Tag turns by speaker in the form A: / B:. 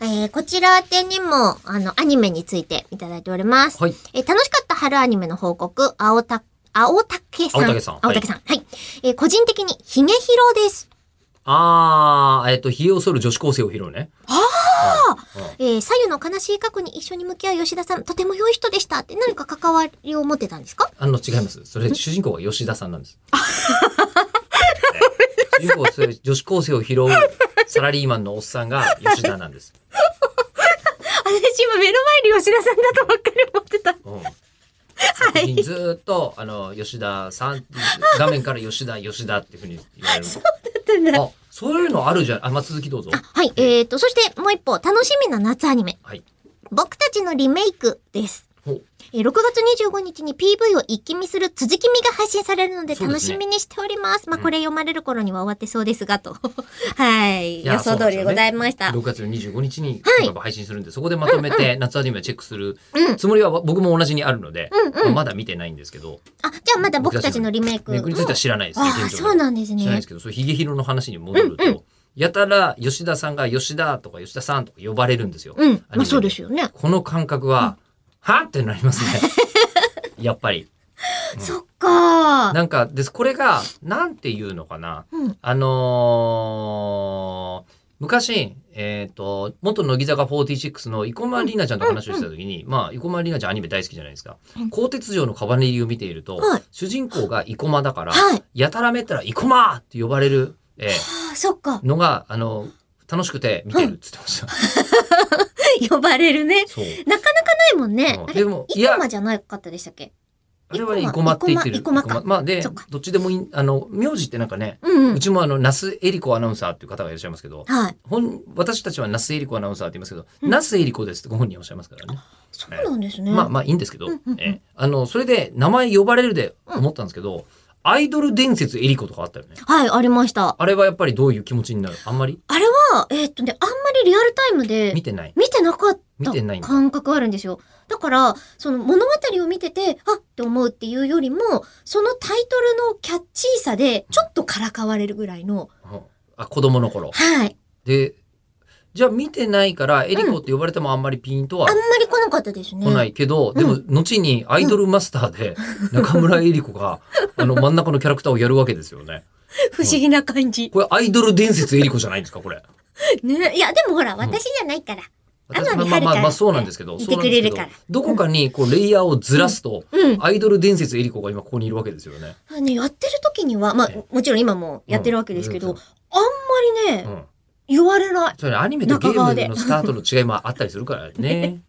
A: えーこちら宛てにも、あの、アニメについていただいております。
B: はい。
A: えー楽しかった春アニメの報告、青た、青竹さん。
B: 青竹さん
A: 青竹さん。はい。えー個人的に、ヒゲヒロです。
B: あー、えっと、ひげを剃る女子高生を拾うね。あ
A: えー左右の悲しい過去に一緒に向き合う吉田さん、とても良い人でしたって何か関わりを持ってたんですか
B: あの、違います。それ、主人公は吉田さんなんです。ね主人公はそれ女子高生を拾うサラリーマンのおっさんが吉田なんです。
A: 私今目の前に吉田さんだとばっかり思ってた。
B: うん作品ずーっと、あの、吉田さん、画面から吉田、吉田っていうふうに言われる。あ、そういうのあるじゃん。あ、まあ、続きどうぞ。
A: はい、えーと、そしてもう一方、楽しみな夏アニメ。
B: はい。
A: 僕たちのリメイクです。
B: ほ
A: えー6月25日に PV を一気見する続き見が配信されるので
B: そうで
A: 楽
B: すね
A: しみにしております。まあ、
B: うん
A: これ読まれる頃には終わってそうですが、と。 はい。
B: いや
A: 予想通りでございました。
B: 6月25日に
A: はい
B: 今配信するんで、そこでまとめて夏アニメをチェックする
A: うん
B: つもりは僕も同じにあるので、
A: うんうん
B: まあまだ見てないんですけど、
A: あ、じゃあまだ僕たちのリメイク。
B: めぐりについては知らないですね。
A: ああ、
B: 現状では
A: そうなんです
B: 知らない
A: ね
B: です。けど、それヒゲヒロの話に戻ると、やたら吉田さんが吉田とか吉田さんとか呼ばれるんですよ。
A: うん。
B: アニメ
A: まあ、そうですよね。
B: この感覚は、はってなりま すね。やっぱり。
A: そっかー。
B: なんか、です、これが、なんていうのかな。
A: うん。
B: あのー昔、えっ、と、元乃木坂46の生駒里奈ちゃんと話をしてた時に、まあ、生駒里奈ちゃんアニメ大好きじゃないですか
A: うん。
B: 鋼鉄城のカバネリを見ていると、
A: はい
B: 主人公が生駒だから、
A: はい。
B: やたらめったら生駒って呼ばれる、え
A: ああ、そっか
B: ー。のが、あの、楽しくて見てるって言ってました。
A: 呼ばれるね。
B: そう。
A: なかなかないもんね
B: う。ん
A: あれ
B: でも、い
A: イコ
B: や、
A: マじゃなかったでしたっけ
B: あれは生駒って言ってる。
A: 生駒生駒か
B: 生駒まあ、で
A: そっか、
B: どっちでもいい、あの、名字ってなんかね、
A: うんう。
B: うんちもあの、那須恵理子アナウンサーっていう方がいらっしゃいますけど、
A: はい。
B: 本私たちは那須恵理子アナウンサーって言いますけど、
A: うん
B: 那須恵理子ですってご本人はおっしゃいますからね。
A: そうなんですね。
B: まあまあいいんですけど、
A: うんうんうん
B: えあのそれで名前呼ばれるで思ったんですけど、アイドル伝説恵理子とかあったよね。
A: はい、ありました。
B: あれはやっぱりどういう気持ちになるあんまり
A: あれは、えーっとね、あんまりリアルタイムで
B: 見てない。
A: 見てなかっ
B: 見
A: た
B: てないんだ
A: 感覚あるんですよ。だから、その物語を見てて、あっって思うっていうよりも、そのタイトルのキャッチーさで、ちょっとからかわれるぐらいの、
B: うんあ子供の頃。
A: はい。
B: でじゃあ見てないから恵理子って呼ばれてもあんまりピンとは
A: あんまり来なかったですね。
B: 来ないけど、
A: ん
B: でも後にアイドルマスターで中村恵理子があの真ん中のキャラクターをやるわけですよね。
A: 不思議な感じ。
B: これアイドル伝説恵理子じゃないんですかこれ。
A: ね。いや、でもほら、
B: ん
A: 私じゃないから。
B: 私
A: 天海
B: まあまあ
A: 遥
B: まあそうなんですけど、
A: いてくれるから
B: そうなんですけどどこかにこうレイヤーをずらすと、
A: うん。
B: アイドル伝説エリコが今ここにいるわけですよね。
A: あのね、やってる時には、まあ
B: え、
A: もちろん今もやってるわけですけど、
B: うん
A: あんまりね、
B: うん。
A: 言われない。
B: それアニメとゲ
A: 中川
B: ーム
A: で
B: のスタートの違いもあったりするからね。